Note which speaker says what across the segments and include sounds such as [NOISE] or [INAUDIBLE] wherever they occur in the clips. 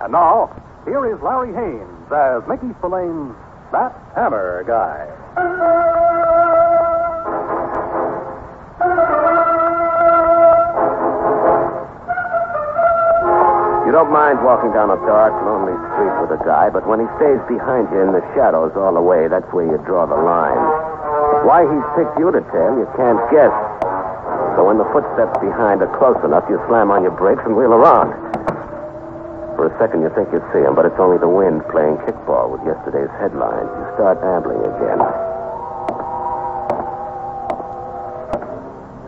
Speaker 1: And now, here is Larry Haynes as Mickey Spillane's That Hammer Guy.
Speaker 2: You don't mind walking down a dark, lonely street with a guy, but when he stays behind you in the shadows all the way, that's where you draw the line. Why he's picked you to tail, you can't guess. So when the footsteps behind are close enough, you slam on your brakes and wheel around. For a second, you think you see him, but it's only the wind playing kickball with yesterday's headlines. You start ambling again.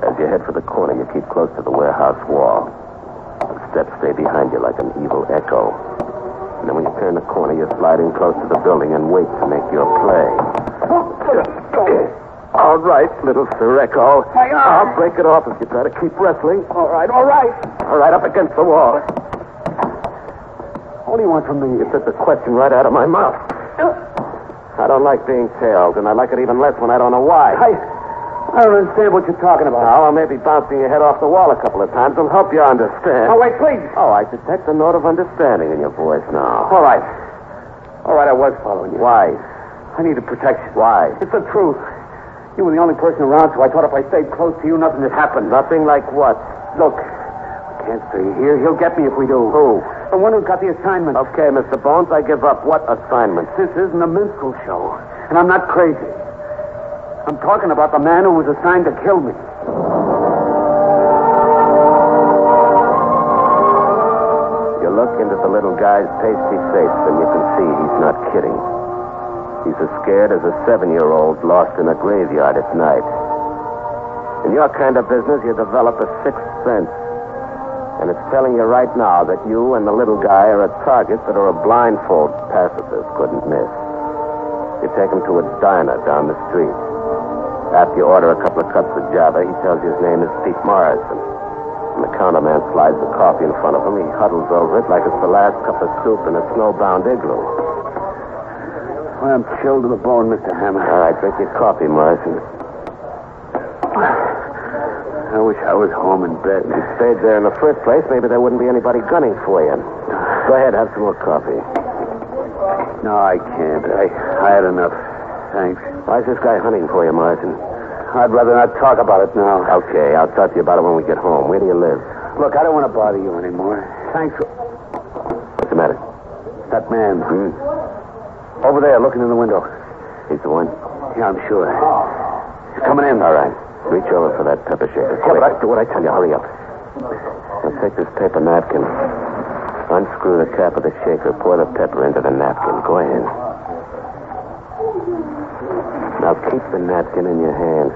Speaker 2: As you head for the corner, you keep close to the warehouse wall. The steps stay behind you like an evil echo. And then when you turn the corner, you're sliding close to the building and wait to make your play. [CLEARS THROAT] All right, little Sireko.
Speaker 3: My arm.
Speaker 4: Uh-huh.
Speaker 2: I'll break it off if you try to keep wrestling.
Speaker 3: All right, all right.
Speaker 2: All right, up against the wall. What do you want from me? You took the question right out of my mouth. I don't like being tailed, and I like it even less when I don't know why.
Speaker 3: I, I don't understand what you're talking about.
Speaker 2: Now, maybe bouncing your head off the wall a couple of times will help you understand.
Speaker 3: Oh, wait, please.
Speaker 2: Oh, I detect a note of understanding in your voice now.
Speaker 3: All right. All right, I was following you.
Speaker 2: Why?
Speaker 3: I needed protection.
Speaker 2: Why?
Speaker 3: It's the truth. You were the only person around, so I thought if I stayed close to you, nothing would happen.
Speaker 2: Nothing like what?
Speaker 3: Look, I can't stay here. He'll get me if we do.
Speaker 2: Who?
Speaker 3: The one who got the assignment.
Speaker 2: Okay, Mr. Bones, I give up. What assignment?
Speaker 3: This isn't a minstrel show, and I'm not crazy. I'm talking about the man who was assigned to kill me.
Speaker 2: You look into the little guy's pasty face, and you can see he's not kidding. He's as scared as a seven year old lost in a graveyard at night. In your kind of business, you develop a sixth sense. And it's telling you right now that you and the little guy are a target that are a blindfold pacifist couldn't miss. You take him to a diner down the street. After you order a couple of cups of Java, he tells you his name is Pete Morrison. When the counterman slides the coffee in front of him, he huddles over it like it's the last cup of soup in a snowbound igloo.
Speaker 3: I'm chilled to the bone, Mr. Hammer.
Speaker 2: All right, drink your coffee, Morrison.
Speaker 3: I wish I was home in bed.
Speaker 2: If you stayed there in the first place, maybe there wouldn't be anybody gunning for you. Go ahead, have some more coffee.
Speaker 3: No, I can't. I, I had enough. Thanks.
Speaker 2: Why's this guy hunting for you, Morrison?
Speaker 3: I'd rather not talk about it now.
Speaker 2: Okay, I'll talk to you about it when we get home. Where do you live?
Speaker 3: Look, I don't want to bother you anymore. Thanks. for-
Speaker 2: What's the matter? Hmm?
Speaker 3: That man. Over there, looking in the window.
Speaker 2: He's the one.
Speaker 3: Yeah, I'm sure. He's coming in.
Speaker 2: All right. Reach over for that pepper shaker.
Speaker 3: Yeah, but I-
Speaker 2: do what I tell you. Hurry up. Now take this paper napkin. Unscrew the cap of the shaker. Pour the pepper into the napkin. Go ahead. Now keep the napkin in your hand.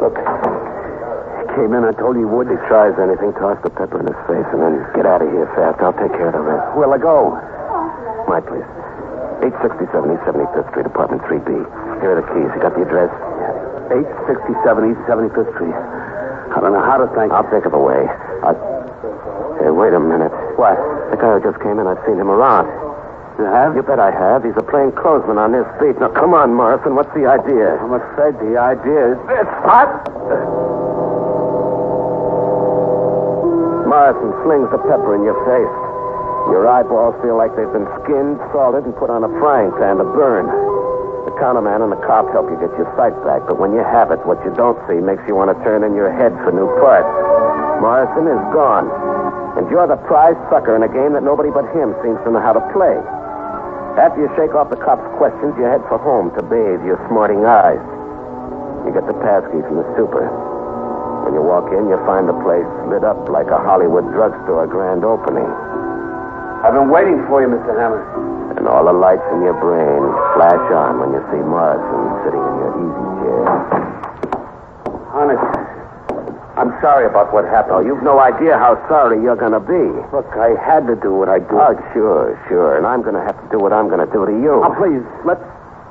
Speaker 3: Look. He came in. I told you he would.
Speaker 2: If he tries anything, toss the pepper in his face and then get out of here fast. I'll take care of the rest.
Speaker 3: Where'll I go?
Speaker 2: My place. 867 East 75th Street, apartment 3B. Here are the keys. You got the address?
Speaker 3: 867 East 75th Street. I don't know how to thank
Speaker 2: I'll think of a way. I... Hey, wait a minute.
Speaker 3: What?
Speaker 2: The guy who just came in, I've seen him around.
Speaker 3: You have?
Speaker 2: You bet I have. He's a plain clothesman on this beat. Now, come on, Morrison. What's the idea?
Speaker 3: I'm afraid the idea is...
Speaker 2: This hot. Morrison slings the pepper in your face. Your eyeballs feel like they've been skinned, salted, and put on a frying pan to burn. The counterman and the cop help you get your sight back, but when you have it, what you don't see makes you want to turn in your head for new parts. Morrison is gone, and you're the prize sucker in a game that nobody but him seems to know how to play. After you shake off the cop's questions, you head for home to bathe your smarting eyes. You get the passkey from the super. When you walk in, you find the place lit up like a Hollywood drugstore grand opening.
Speaker 3: I've been waiting for you, Mr. Hammer.
Speaker 2: And all the lights in your brain flash on when you see Morrison sitting in your easy chair.
Speaker 3: Honest. I'm sorry about what
Speaker 2: Oh,
Speaker 3: happened.
Speaker 2: you've no idea how sorry you're going to be.
Speaker 3: Look, I had to do what I do.
Speaker 2: Oh, sure, sure. And I'm going to have to do what I'm going to do to you.
Speaker 4: Uh,
Speaker 3: Now, please, let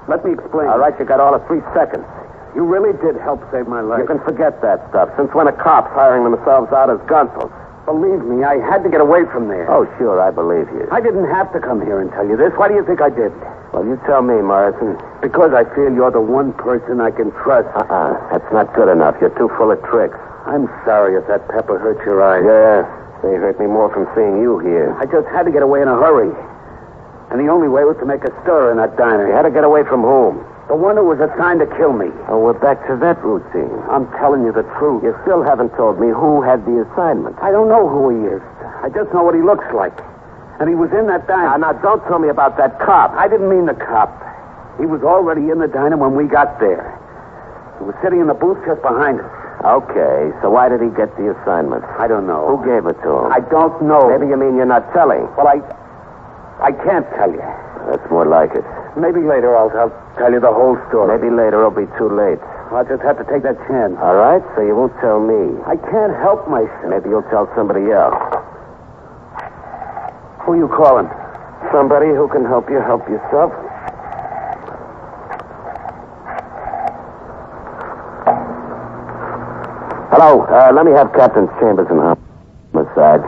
Speaker 3: let me explain.
Speaker 2: All right, you got all of three seconds.
Speaker 3: You really did help save my life.
Speaker 2: You can forget that stuff. Since when are cops hiring themselves out as gunsels?
Speaker 3: Believe me, I had to get away from there.
Speaker 2: Oh, sure, I believe
Speaker 4: Uh-huh.
Speaker 2: you.
Speaker 3: I didn't have to come here and tell you this. Why do you think I did?
Speaker 2: Well, you tell me, Morrison.
Speaker 3: Because I feel you're the one person I can trust.
Speaker 2: Uh-uh. That's not good enough. You're too full of tricks.
Speaker 3: I'm sorry if that pepper hurt your eyes.
Speaker 2: Yeah, they hurt me more from seeing you here.
Speaker 3: I just had to get away in a hurry. And the only way was to make a stir in that diner.
Speaker 2: You had to get away from whom?
Speaker 3: The one who was assigned to kill me.
Speaker 2: Oh, we're back to that routine.
Speaker 3: I'm telling you the truth.
Speaker 2: You still haven't told me who had the assignment.
Speaker 3: I don't know who he is. I just know what he looks like. And he was in that diner.
Speaker 2: Now, now, don't tell me about that cop.
Speaker 3: I didn't mean the cop. He was already in the diner when we got there. He was sitting in the booth just behind us.
Speaker 2: Okay, so why did he get the assignment?
Speaker 3: I don't know.
Speaker 2: Who gave it to him?
Speaker 3: I don't know.
Speaker 2: Maybe you mean you're not telling.
Speaker 3: Well, I, I can't tell you.
Speaker 2: That's more like it.
Speaker 3: Maybe later I'll, I'll tell you the whole story.
Speaker 2: Maybe later it'll be too late.
Speaker 3: I just have to take that chance.
Speaker 2: All right, so you won't tell me.
Speaker 3: I can't help myself.
Speaker 2: Maybe you'll tell somebody else.
Speaker 3: Who you calling?
Speaker 2: Somebody who can help you help yourself. Hello, uh, let me have Captain Chambers and homicide.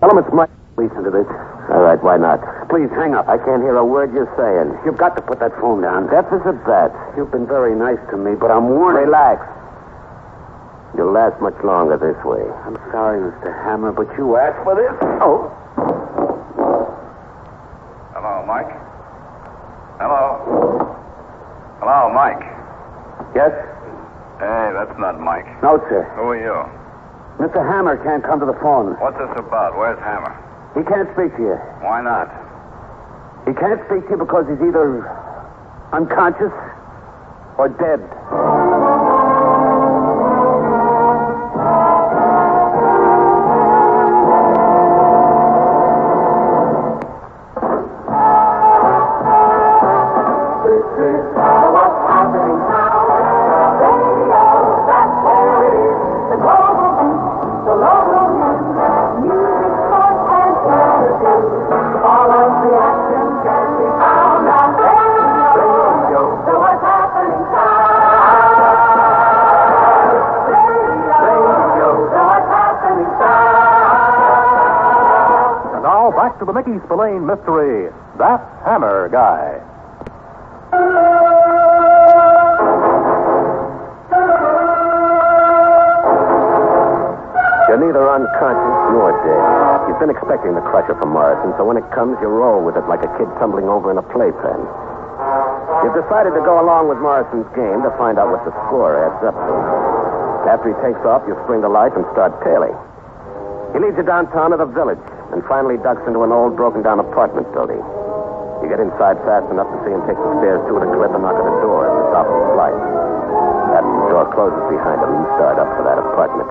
Speaker 3: Tell him it's Mike. Listen to this.
Speaker 2: All right, why not?
Speaker 3: Please hang up.
Speaker 2: I can't hear a word you're saying.
Speaker 3: You've got to put that phone down.
Speaker 2: Deaf as a bat.
Speaker 3: You've been very nice to me, but I'm warning.
Speaker 2: Relax. You'll last much longer this way.
Speaker 3: I'm sorry, Mr. Hammer, but you asked for this. Oh,
Speaker 4: Hello, Mike. Hello. Hello, Mike.
Speaker 3: yes?
Speaker 4: Hey, that's not Mike.
Speaker 3: No, sir.
Speaker 4: Who are you?
Speaker 3: Mr. Hammer can't come to the phone.
Speaker 4: What's this about? Where's Hammer?
Speaker 3: He can't speak to you.
Speaker 4: Why not?
Speaker 3: He can't speak to you because he's either unconscious or dead.
Speaker 5: What's happening now? Radio, that's where it is. The global beat, the local news, music, sports, and entertainment. All of the action can be found on radio. So what's happening now? Radio, so what's happening now?
Speaker 1: And now back to the Mickey Spillane mystery, That Hammer Guy.
Speaker 2: You're neither unconscious nor dead. You've been expecting the crusher from Morrison, so when it comes, you roll with it like a kid tumbling over in a playpen. You've decided to go along with Morrison's game to find out what the score adds up to. After he takes off, you spring to life and start tailing. He leads you downtown to the village and finally ducks into an old, broken down apartment building. You get inside fast enough to see him take the stairs to it a clip and knock at a door at the top of the flight. After the door closes behind him, you start up for that apartment.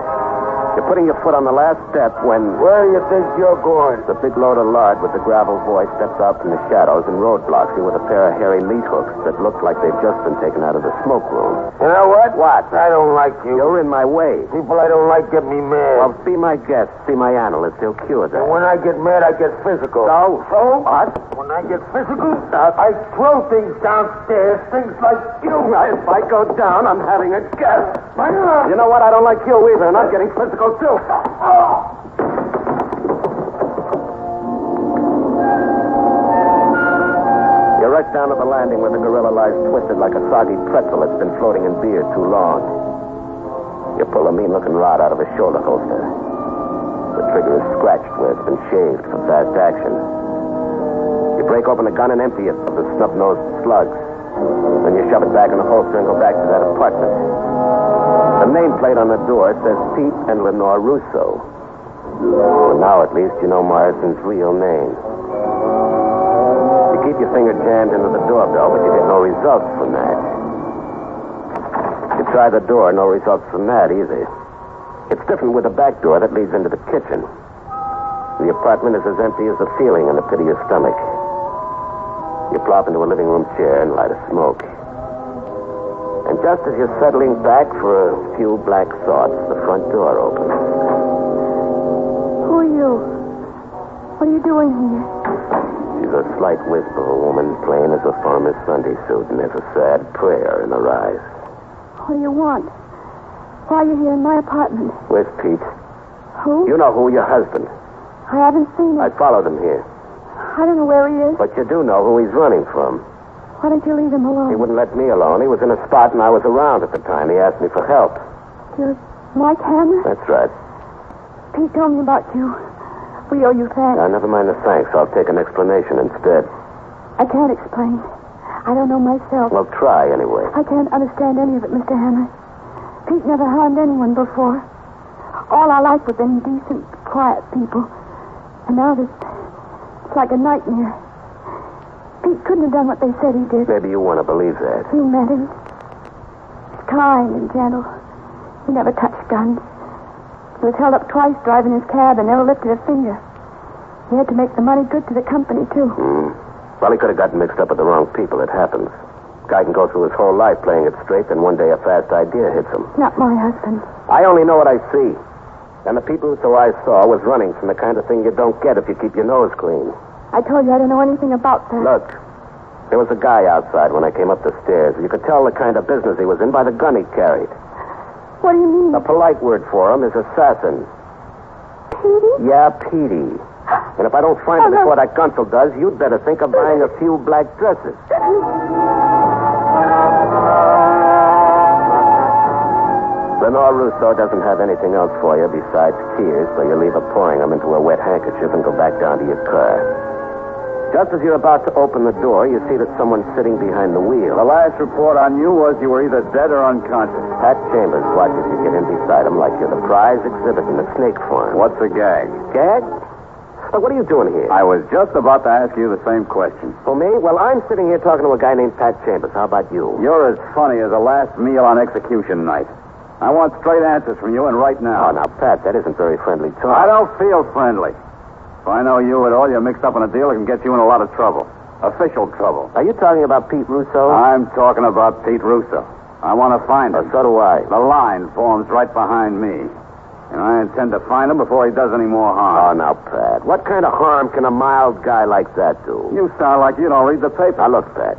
Speaker 2: You're putting your foot on the last step when. Where do you think you're going? The big load of lard with the gravel boy steps out from the shadows and roadblocks you with a pair of hairy meat hooks that look like they've just been taken out of the smoke room.
Speaker 6: You know what?
Speaker 2: What?
Speaker 6: I don't like you.
Speaker 2: You're in my way.
Speaker 6: People I don't like get me
Speaker 2: Well,
Speaker 6: mad.
Speaker 2: be my guest. Be my analyst. He'll cure that.
Speaker 6: and when I get mad, I get physical.
Speaker 2: So?
Speaker 6: So?
Speaker 2: What?
Speaker 6: When I get physical, I throw things downstairs, things like you.
Speaker 2: If I go down, I'm having a guest.
Speaker 6: My love.
Speaker 2: You know what? I don't like you either, and I'm getting physical, too. You're right down at the landing where the gorilla lies twisted like a soggy pretzel that's been floating in beer too long. You pull a mean looking rod out of his shoulder holster. The trigger is scratched where it's been shaved for fast action. You break open the gun and empty it of the snub nosed slugs. Then you shove it back in the holster and go back to that apartment. The nameplate on the door says Pete and Lenore Russo. Well, now at least you know Morrison's real name. You keep your finger jammed into the doorbell, but you get no results from that. You try the door, no results from that either. It's different with the back door that leads into the kitchen. The apartment is as empty as the feeling in the pit of your stomach. You plop into a living room chair and light a smoke. And just as you're settling back for a few black thoughts, the front door opens.
Speaker 7: Who are you? What are you doing here?
Speaker 2: She's a slight wisp of a woman, plain as a farmer's Sunday suit, and there's a sad prayer in her eyes.
Speaker 7: What do you want? Why are you here in my apartment?
Speaker 2: Where's Pete?
Speaker 7: who?
Speaker 2: You know who, your husband.
Speaker 7: I haven't seen him.
Speaker 2: I followed him here.
Speaker 7: I don't know where he is.
Speaker 2: But you do know who he's running from.
Speaker 7: Why don't you leave him
Speaker 2: He
Speaker 7: alone?
Speaker 2: wouldn't let me alone. He was in a spot and I was around at the time. He asked me for help.
Speaker 7: You're Mike Hammer?
Speaker 2: That's right.
Speaker 7: Pete told me about you. We owe you thanks.
Speaker 2: Now, Uh, never mind the thanks. I'll take an explanation instead.
Speaker 7: I can't explain. I don't know myself.
Speaker 2: Well, try anyway.
Speaker 7: I can't understand any of it, Mr. Hammer. Pete never harmed anyone before. All our life we've been decent, quiet people. And now this. It's like a nightmare. Pete couldn't have done what they said he did.
Speaker 2: Maybe you want to believe that.
Speaker 7: You met him. He's kind and gentle. He never touched guns. He was held up twice driving his cab and never lifted a finger. He had to make the money good to the company, too.
Speaker 2: Hmm. Well, he could have gotten mixed up with the wrong people. It happens. Guy can go through his whole life playing it straight, then one day a fast idea hits him.
Speaker 7: Not my husband.
Speaker 2: I only know what I see. And the people who I saw was running from the kind of thing you don't get if you keep your nose clean.
Speaker 7: I told you I don't know anything about that.
Speaker 2: Look, there was a guy outside when I came up the stairs. You could tell the kind of business he was in by the gun he carried.
Speaker 7: What do you mean?
Speaker 2: A polite word for him is assassin.
Speaker 7: Petey?
Speaker 2: Yeah, Petey. And if I don't find him before that consul does, you'd better think of buying a few black dresses. Lenore Rousseau doesn't have anything else for you besides tears, so you leave her pouring them into a wet handkerchief and go back down to your car. Just as you're about to open the door, you see that someone's sitting behind the wheel.
Speaker 4: The last report on you was you were either dead or unconscious.
Speaker 2: Pat Chambers watches you get in beside him like you're the prize exhibit in the snake farm.
Speaker 4: What's the gag?
Speaker 2: Gag? Look, what are you doing here?
Speaker 4: I was just about to ask you the same question.
Speaker 2: For me? Well, I'm sitting here talking to a guy named Pat Chambers. How about you?
Speaker 4: You're as funny as a last meal on execution night. I want straight answers from you, and right
Speaker 2: Oh,
Speaker 4: now.
Speaker 2: now, Pat, that isn't very friendly talk.
Speaker 4: I don't feel friendly. If I know you at all, you're mixed up in a deal that can get you in a lot of trouble. Official trouble.
Speaker 2: Are you talking about Pete Russo?
Speaker 4: I'm talking about Pete Russo. I want to find
Speaker 2: Oh,
Speaker 4: him.
Speaker 2: so do I.
Speaker 4: The line forms right behind me. And I intend to find him before he does any more
Speaker 2: Oh,
Speaker 4: harm.
Speaker 2: now, Pat, what kind of harm can a mild guy like that do?
Speaker 4: You sound like you don't read the paper.
Speaker 2: Now, Uh, look, Pat,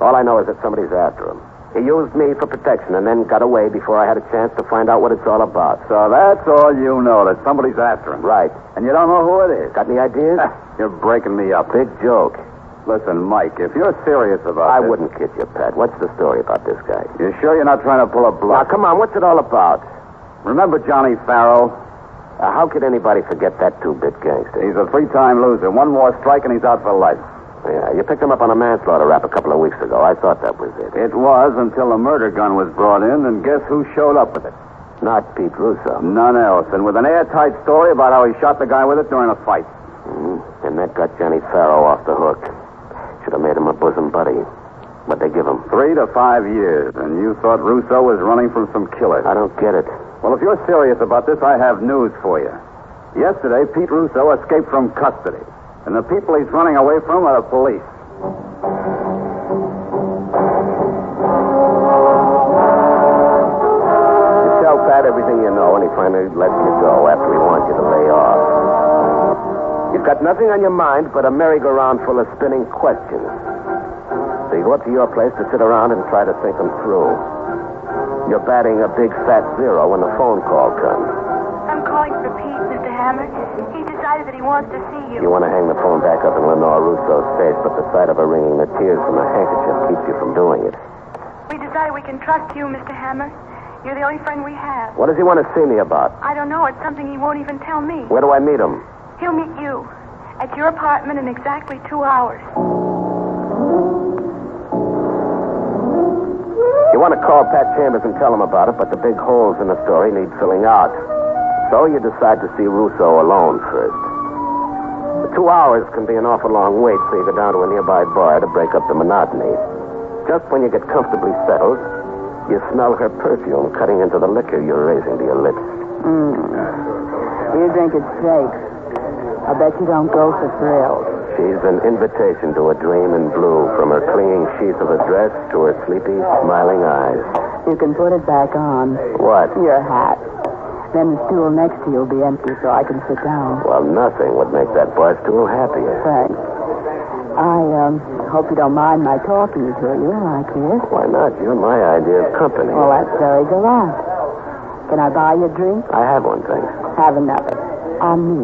Speaker 2: all I know is that somebody's after him. He used me for protection and then got away before I had a chance to find out what it's all about.
Speaker 4: So that's all you know, that somebody's after him.
Speaker 2: Right.
Speaker 4: And you don't know who it
Speaker 2: [LAUGHS]
Speaker 4: is.
Speaker 2: Got
Speaker 4: [LAUGHS]
Speaker 2: any ideas?
Speaker 4: You're breaking me up.
Speaker 2: Big joke.
Speaker 4: Listen, Mike, if you're serious about
Speaker 2: I
Speaker 4: this,
Speaker 2: wouldn't kid you, Pat. What's the story about this guy?
Speaker 4: You sure you're not trying to pull a
Speaker 2: Now,
Speaker 4: bluff?
Speaker 2: come on, what's it all about?
Speaker 4: Remember Johnny Farrow?
Speaker 2: Uh, how could anybody forget that two-bit gangster?
Speaker 4: He's a three-time loser. One more strike and he's out for life.
Speaker 2: Yeah, you picked him up on a manslaughter rap a couple of weeks ago. I thought that was it.
Speaker 4: It was until the murder gun was brought in, and guess who showed up with it?
Speaker 2: Not Pete Russo.
Speaker 4: None else. And with an airtight story about how he shot the guy with it during a fight.
Speaker 2: Mm. And that got Johnny Farrow off the hook. Should have made him a bosom buddy. What'd they give him?
Speaker 4: Three to five years, and you thought Russo was running from some killer.
Speaker 2: I don't get it.
Speaker 4: Well, if you're serious about this, I have news for you. Yesterday, Pete Russo escaped from custody, and the people he's running away from are the police.
Speaker 2: You tell Pat everything you know, and he finally lets you go after he wants you to lay off. You've got nothing on your mind but a merry-go-round full of spinning questions. So you go up to your place to sit around and try to think them through. You're batting a big fat zero when the phone call comes.
Speaker 8: I'm calling for Pete, Mr. Hammer. He decided that he wants to see
Speaker 2: You
Speaker 8: you.
Speaker 2: want to hang the phone back up in Lenore Russo's face, but the sight of her wringing the tears from her handkerchief keeps you from doing it.
Speaker 8: We decided we can trust you, Mr. Hammer. You're the only friend we have.
Speaker 2: What does he want to see me about?
Speaker 8: I don't know. It's something he won't even tell me.
Speaker 2: Where do I meet him?
Speaker 8: He'll meet you at your apartment in exactly two hours.
Speaker 2: You want to call Pat Chambers and tell him about it, but the big holes in the story need filling out. So you decide to see Russo alone first. The two hours can be an awful long wait, so you go down to a nearby bar to break up the monotony. Just when you get comfortably settled, you smell her perfume cutting into the liquor you're raising to your lips.
Speaker 9: Mm. You think it's fake. I bet you don't go for thrills.
Speaker 2: She's an invitation to a dream in blue, from her clinging sheath of a dress to her sleepy, smiling eyes.
Speaker 9: You can put it back on.
Speaker 2: What?
Speaker 9: Your hat. Then the stool next to you will be empty so I can sit down.
Speaker 2: Well, nothing would make that bar stool happier.
Speaker 9: Thanks. I, um, hope you don't mind my talking to you like this.
Speaker 2: Why not? You're my idea of company.
Speaker 9: Well, that's very gallant. Can I buy you a drink?
Speaker 2: I have one thing.
Speaker 9: Have another. on me.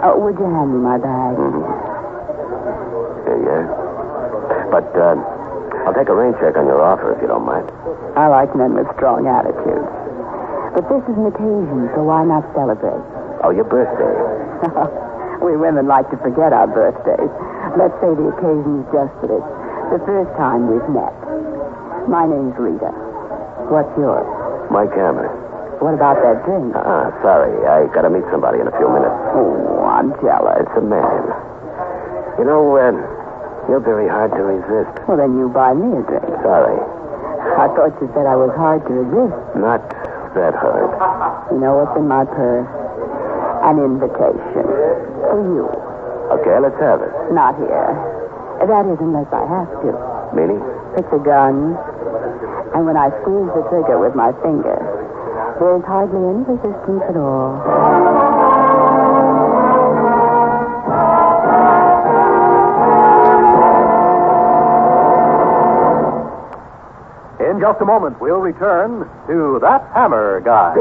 Speaker 9: Uh, would you hand me my bag?
Speaker 2: Yeah, yeah. But uh, I'll take a rain check on your offer if you don't mind.
Speaker 9: I like men with strong attitudes. But this is an occasion, so why not celebrate?
Speaker 2: Oh, your birthday.
Speaker 9: [LAUGHS] we women like to forget our birthdays. Let's say the occasion is just that it's the first time we've met. My name's Rita. What's yours?
Speaker 2: Mike Hammer.
Speaker 9: What about that drink?
Speaker 2: Ah, sorry. I got to meet somebody in a few minutes.
Speaker 9: Oh, I'm jealous.
Speaker 2: It's a man. You know, uh, you're very hard to resist.
Speaker 9: Well, then you buy me a drink.
Speaker 2: Sorry.
Speaker 9: I thought you said I was hard to resist.
Speaker 2: Not that hard.
Speaker 9: You know what's in my purse? An invitation. For you.
Speaker 2: Okay, let's have it.
Speaker 9: Not here. That is, unless I have to.
Speaker 2: Meaning?
Speaker 9: It's a gun. And when I squeeze the trigger with my finger, there's hardly any resistance at all.
Speaker 1: In just a moment, we'll return to That Hammer Guy.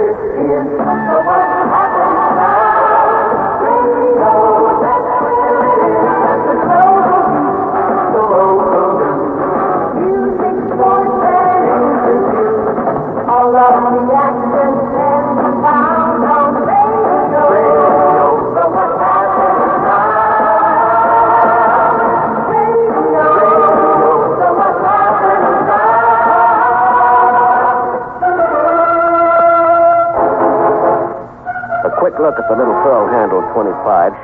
Speaker 2: A quick look at the little pearl handle 25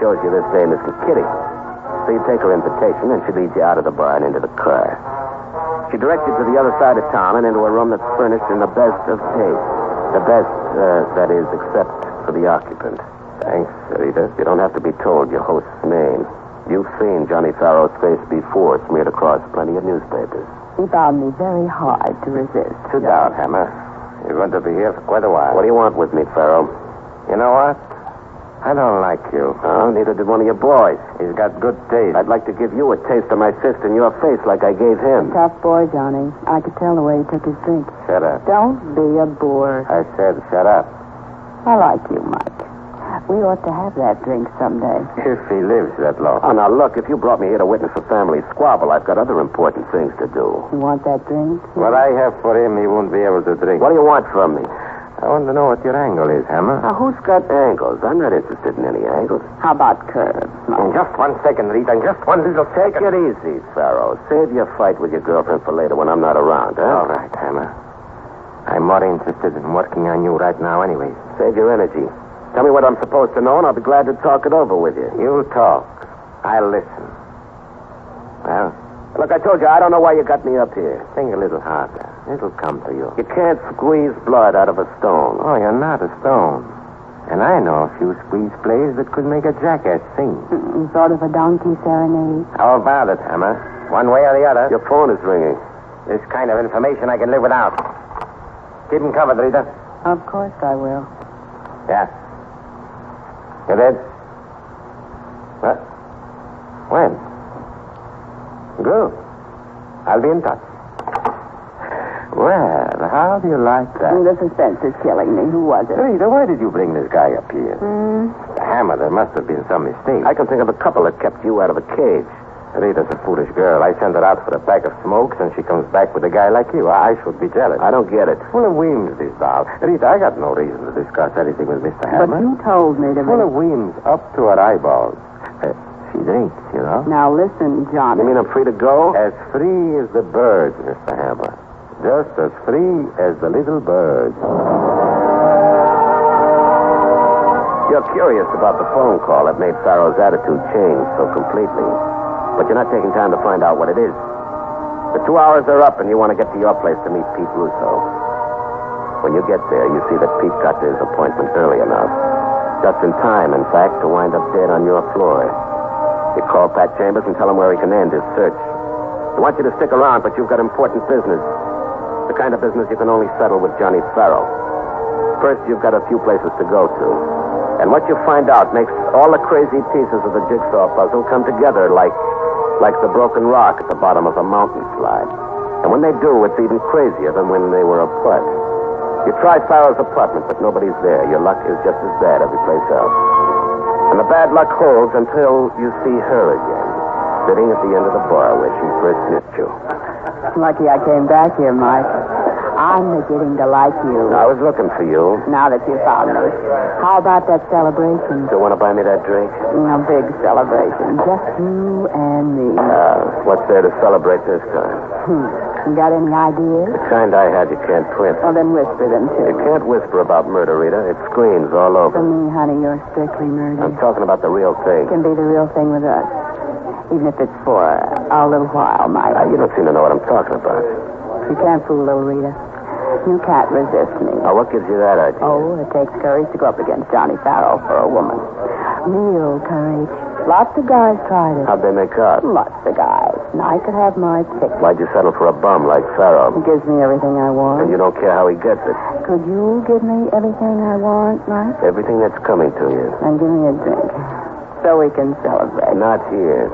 Speaker 2: shows you this dame is Kitty. So you take her invitation and she leads you out of the bar and into the car. She directs you to the other side of town and into a room that's furnished in the best of taste. The best, uh, that is, except for the occupant. Thanks, Rita. You don't have to be told your host's name. You've seen Johnny Farrow's face before, smeared across plenty of newspapers.
Speaker 9: He found me very hard to resist.
Speaker 2: Sit down, Hammer. You're going to be here for quite a while. What do you want with me, Farrow? You know what? I don't like you. Oh, neither did one of your boys. He's got good taste. I'd like to give you a taste of my fist in your face like I gave him.
Speaker 9: Tough boy, Johnny. I could tell the way he took his drink.
Speaker 2: Shut up.
Speaker 9: Don't be a bore.
Speaker 2: I said shut up.
Speaker 9: I like you, Mike. We ought to have that drink someday.
Speaker 2: If he lives that long. Oh, now look, if you brought me here to witness a family squabble, I've got other important things to do.
Speaker 9: You want that drink?
Speaker 2: What I have for him, he won't be able to drink. What do you want from me? I want to know what your angle is, Hammer. Now, who's got angles? I'm not interested in any angles.
Speaker 9: How about curves, Mike?
Speaker 2: just one second, Rita. Just one little second. Take it easy, Farrow. Save your fight with your girlfriend for later when I'm not around, huh? All right, Hammer. I'm more interested in working on you right now, anyway. Save your energy. Tell me what I'm supposed to know, and I'll be glad to talk it over with you. You talk. I'll listen. Well? Look, I told you, I don't know why you got me up here. Think a little harder. It'll come to you. You can't squeeze blood out of a stone. Oh, you're not a stone. And I know a few squeeze plays that could make a jackass sing.
Speaker 9: Mm, Sort of a donkey serenade.
Speaker 2: How about it, Hammer? One way or the other. Your phone is ringing. This kind of information I can live without. Keep him covered, Rita.
Speaker 9: Of course I will.
Speaker 2: Yeah. You did? What? When? Good. I'll be in touch. Well, how do you like that?
Speaker 9: Mm, The suspense is killing me. Who was it?
Speaker 2: Rita, why did you bring this guy up here?
Speaker 9: Mm,
Speaker 2: Hammer, there must have been some mistake. I can think of a couple that kept you out of a cage. Rita's a foolish girl. I send her out for a pack of smokes, and she comes back with a guy like you. I, I should be jealous. I don't get it. Full of whims, this doll. Rita, I got no reason to discuss anything with Mr.
Speaker 9: but
Speaker 2: Hammer.
Speaker 9: you told me to.
Speaker 2: Full
Speaker 9: Be...
Speaker 2: of whims up to her eyeballs. Uh, she drinks, you know.
Speaker 9: Now listen, Johnny.
Speaker 2: I'm free to go? As free as the bird, Mr. Hammer. Just as free as the little bird. You're curious about the phone call that made Farrow's attitude change so completely. But you're not taking time to find out what it is. The two hours are up, and you want to get to your place to meet Pete Russo. When you get there, you see that Pete got to his appointment early enough. Just in time, in fact, to wind up dead on your floor. You call Pat Chambers and tell him where he can end his search. He wants you to stick around, but you've got important business. The kind of business you can only settle with Johnny Farrow. First, you've got a few places to go to. And what you find out makes all the crazy pieces of the jigsaw puzzle come together like, like the broken rock at the bottom of a mountain slide. And when they do, it's even crazier than when they were apart. You try Farrow's apartment, but nobody's there. Your luck is just as bad every place else. And the bad luck holds until you see her again, sitting at the end of the bar where she first met you.
Speaker 9: Lucky I came back here, Mike. I'm beginning to like you.
Speaker 2: I was looking for you.
Speaker 9: Now that you found me. How about that celebration?
Speaker 2: Still want to buy me that drink?
Speaker 9: A big celebration. Just you and me.
Speaker 2: Uh, what's there to celebrate this time?
Speaker 9: Hmm. You got any ideas?
Speaker 2: The kind I had you can't print.
Speaker 9: Well, then whisper them to
Speaker 2: You
Speaker 9: me.
Speaker 2: can't whisper about murder, Rita. It screams all
Speaker 9: For
Speaker 2: over.
Speaker 9: me, honey, you're strictly
Speaker 2: I'm
Speaker 9: murdered.
Speaker 2: talking about the real
Speaker 9: It
Speaker 2: thing.
Speaker 9: can be the real thing with us. Even if it's for a little while, Mike.
Speaker 2: Uh, you don't seem to know what I'm talking about.
Speaker 9: You can't fool little Rita. You can't resist me.
Speaker 2: Now, what gives you that idea?
Speaker 9: Oh, it takes courage to go up against Johnny Farrell for a woman. Real courage. Lots of guys tried it.
Speaker 2: How'd they make out?
Speaker 9: Lots of guys. And I could have my pick.
Speaker 2: Why'd you settle for a bum like
Speaker 9: He
Speaker 2: Pharaoh?
Speaker 9: gives me everything I
Speaker 2: And
Speaker 9: want.
Speaker 2: you don't care how he gets it.
Speaker 9: Could you give me everything I want, Mike?
Speaker 2: Everything that's coming to you.
Speaker 9: And give me a drink. So we can celebrate.
Speaker 2: Not here.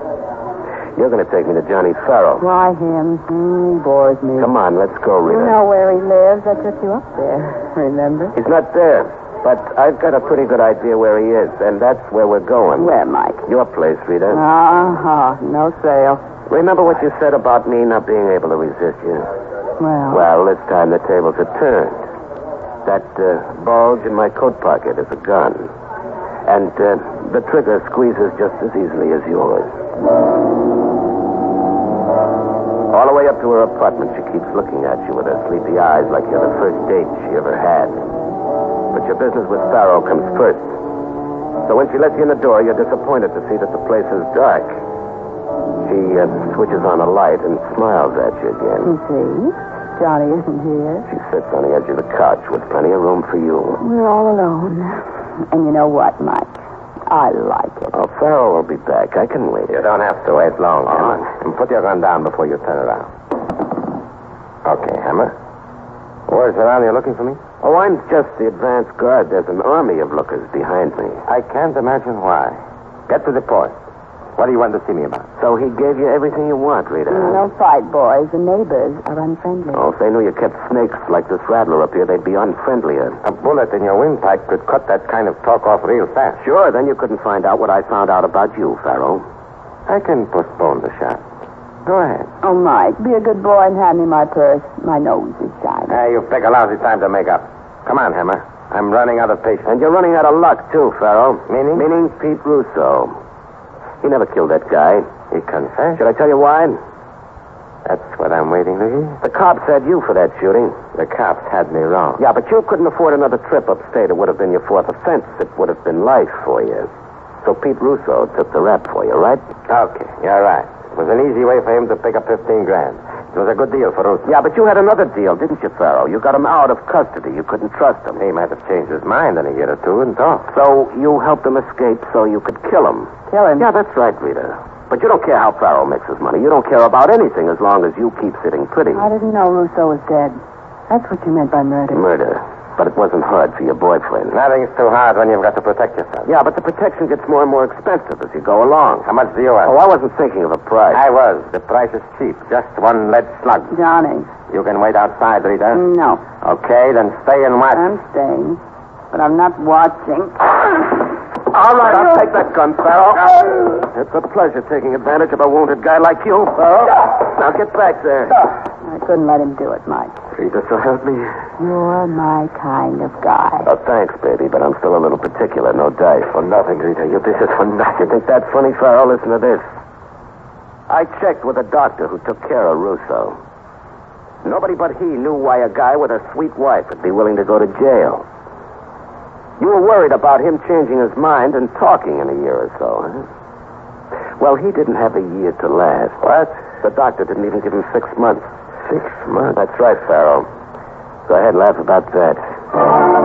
Speaker 2: You're going to take me to Johnny Farrell.
Speaker 9: Why him? Hmm, he bores me.
Speaker 2: Come on, let's go,
Speaker 9: You
Speaker 2: Rita.
Speaker 9: know where he lives. I took you up there. [LAUGHS] Remember?
Speaker 2: He's not there, but I've got a pretty good idea where he is, and that's where we're going.
Speaker 9: Where, Mike?
Speaker 2: Your place, Rita.
Speaker 9: Uh-huh. No sale.
Speaker 2: Remember what you said about me not being able to resist you?
Speaker 9: Well,
Speaker 2: Well, this time the tables are turned. That uh, bulge in my coat pocket is a gun. And uh, the trigger squeezes just as easily as yours. All the way up to her apartment, she keeps looking at you with her sleepy eyes like you're the first date she ever had. But your business with Farrow comes first. So when she lets you in the door, you're disappointed to see that the place is dark. She uh, switches on a light and smiles at you again.
Speaker 9: you see? Johnny isn't here.
Speaker 2: She sits on the edge of the couch with plenty of room for you.
Speaker 9: We're all alone. And you know what, Mike? I like it.
Speaker 2: Oh, Farrell will be back. I can wait. You don't have to wait long. Come on. And put your gun down before you turn around. Okay, Hammer. Where's it on? You're looking for me? Oh, I'm just the advance guard. There's an army of lookers behind me. I can't imagine why. Get to the point. What do you want to see me about? So he gave you everything you want, Rita.
Speaker 9: You know, Mm, fight, boys. The neighbors are unfriendly.
Speaker 2: Oh, if they knew you kept snakes like this rattler up here, they'd be unfriendlier. A bullet in your windpipe could cut that kind of talk off real fast. Sure, then you couldn't find out what I found out about you, Farrell. I can postpone the shot. Go ahead.
Speaker 9: Oh, Mike, be a good boy and hand me my purse. My nose is shiny.
Speaker 2: Now you pick Ah, a lousy time to make up. Come on, Hammer. I'm running out of patience. And you're running out of luck, too, Farrell. Meaning? Meaning Pete Russo. He never killed that guy. He confessed. Should I tell you why? That's what I'm waiting to hear. The cops had you for that shooting. The cops had me wrong. Yeah, but you couldn't afford another trip upstate. It would have been your fourth offense. It would have been life for you. So Pete Russo took the rap for you, right? Okay, you're right. It was an easy way for him to pick up 15 grand. It was a good deal for Russo. Yeah, but you had another deal, didn't you, Farrow? You got him out of custody. You couldn't trust him. He might have changed his mind in a year or two and talked. So you helped him escape so you could kill him.
Speaker 9: Kill him.
Speaker 2: Yeah, that's right, Rita. But you don't care how Farrell makes his money. You don't care about anything as long as you keep sitting pretty.
Speaker 9: I didn't know Russo was dead. That's what you meant by murder.
Speaker 2: Murder. But it wasn't hard for your boyfriend. Nothing's too hard when you've got to protect yourself. Yeah, but the protection gets more and more expensive as you go along. How much do you want? Oh, I wasn't thinking of a price. I was. The price is cheap. Just one lead slug.
Speaker 9: Johnny.
Speaker 2: You can wait outside, Rita.
Speaker 9: No.
Speaker 2: Okay, then stay and watch.
Speaker 9: I'm staying. But I'm not watching.
Speaker 2: All right, I'll take that gun, Farrell. It's a pleasure taking advantage of a wounded guy like you, Farrell. Now get back there.
Speaker 9: I couldn't let him do it, Mike.
Speaker 2: Rita, so help me.
Speaker 9: You're my kind of guy.
Speaker 2: Oh, thanks, baby, but I'm still a little particular. No dice. For nothing, Rita. You this is for nothing. You think that funny, Farrell? Listen to this. I checked with a doctor who took care of Russo. Nobody but he knew why a guy with a sweet wife would be willing to go to jail. You were worried about him changing his mind and talking in a year or so, huh? Well, he didn't have a year to last. What? The doctor didn't even give him six months. Six months? That's right, Farrell. Go ahead, laugh about that.